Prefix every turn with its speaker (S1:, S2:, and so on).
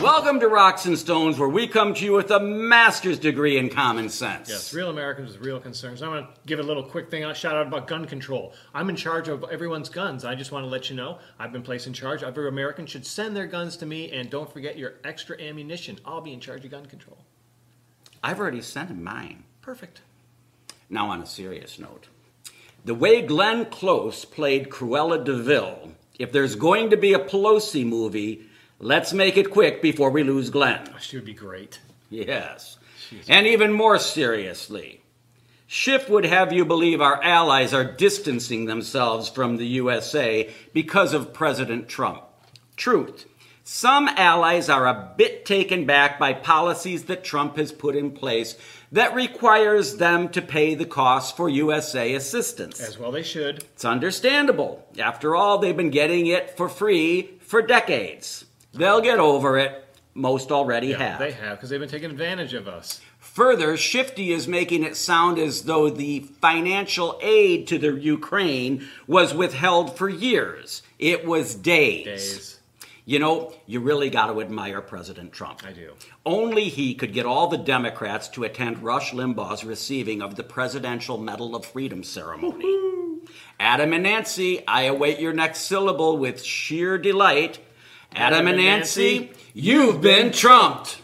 S1: Welcome to Rocks and Stones, where we come to you with a master's degree in common sense.
S2: Yes, real Americans with real concerns. I'm going to give a little quick thing, a shout out about gun control. I'm in charge of everyone's guns. I just want to let you know I've been placed in charge. Every American should send their guns to me, and don't forget your extra ammunition. I'll be in charge of gun control.
S1: I've already sent mine.
S2: Perfect.
S1: Now, on a serious note, the way Glenn Close played Cruella DeVille, if there's going to be a Pelosi movie, let's make it quick before we lose Glenn.
S2: She would be great.
S1: Yes. And even more seriously, Schiff would have you believe our allies are distancing themselves from the USA because of President Trump. Truth. Some allies are a bit taken back by policies that Trump has put in place that requires them to pay the cost for USA assistance.
S2: As well, they should.
S1: It's understandable. After all, they've been getting it for free for decades. They'll get over it. Most already have.
S2: They have, because they've been taking advantage of us.
S1: Further, Shifty is making it sound as though the financial aid to the Ukraine was withheld for years. It was days.
S2: Days.
S1: You know, you really got to admire President Trump.
S2: I do.
S1: Only he could get all the Democrats to attend Rush Limbaugh's receiving of the Presidential Medal of Freedom ceremony. Adam and Nancy, I await your next syllable with sheer delight. Adam, and Nancy, you've been trumped.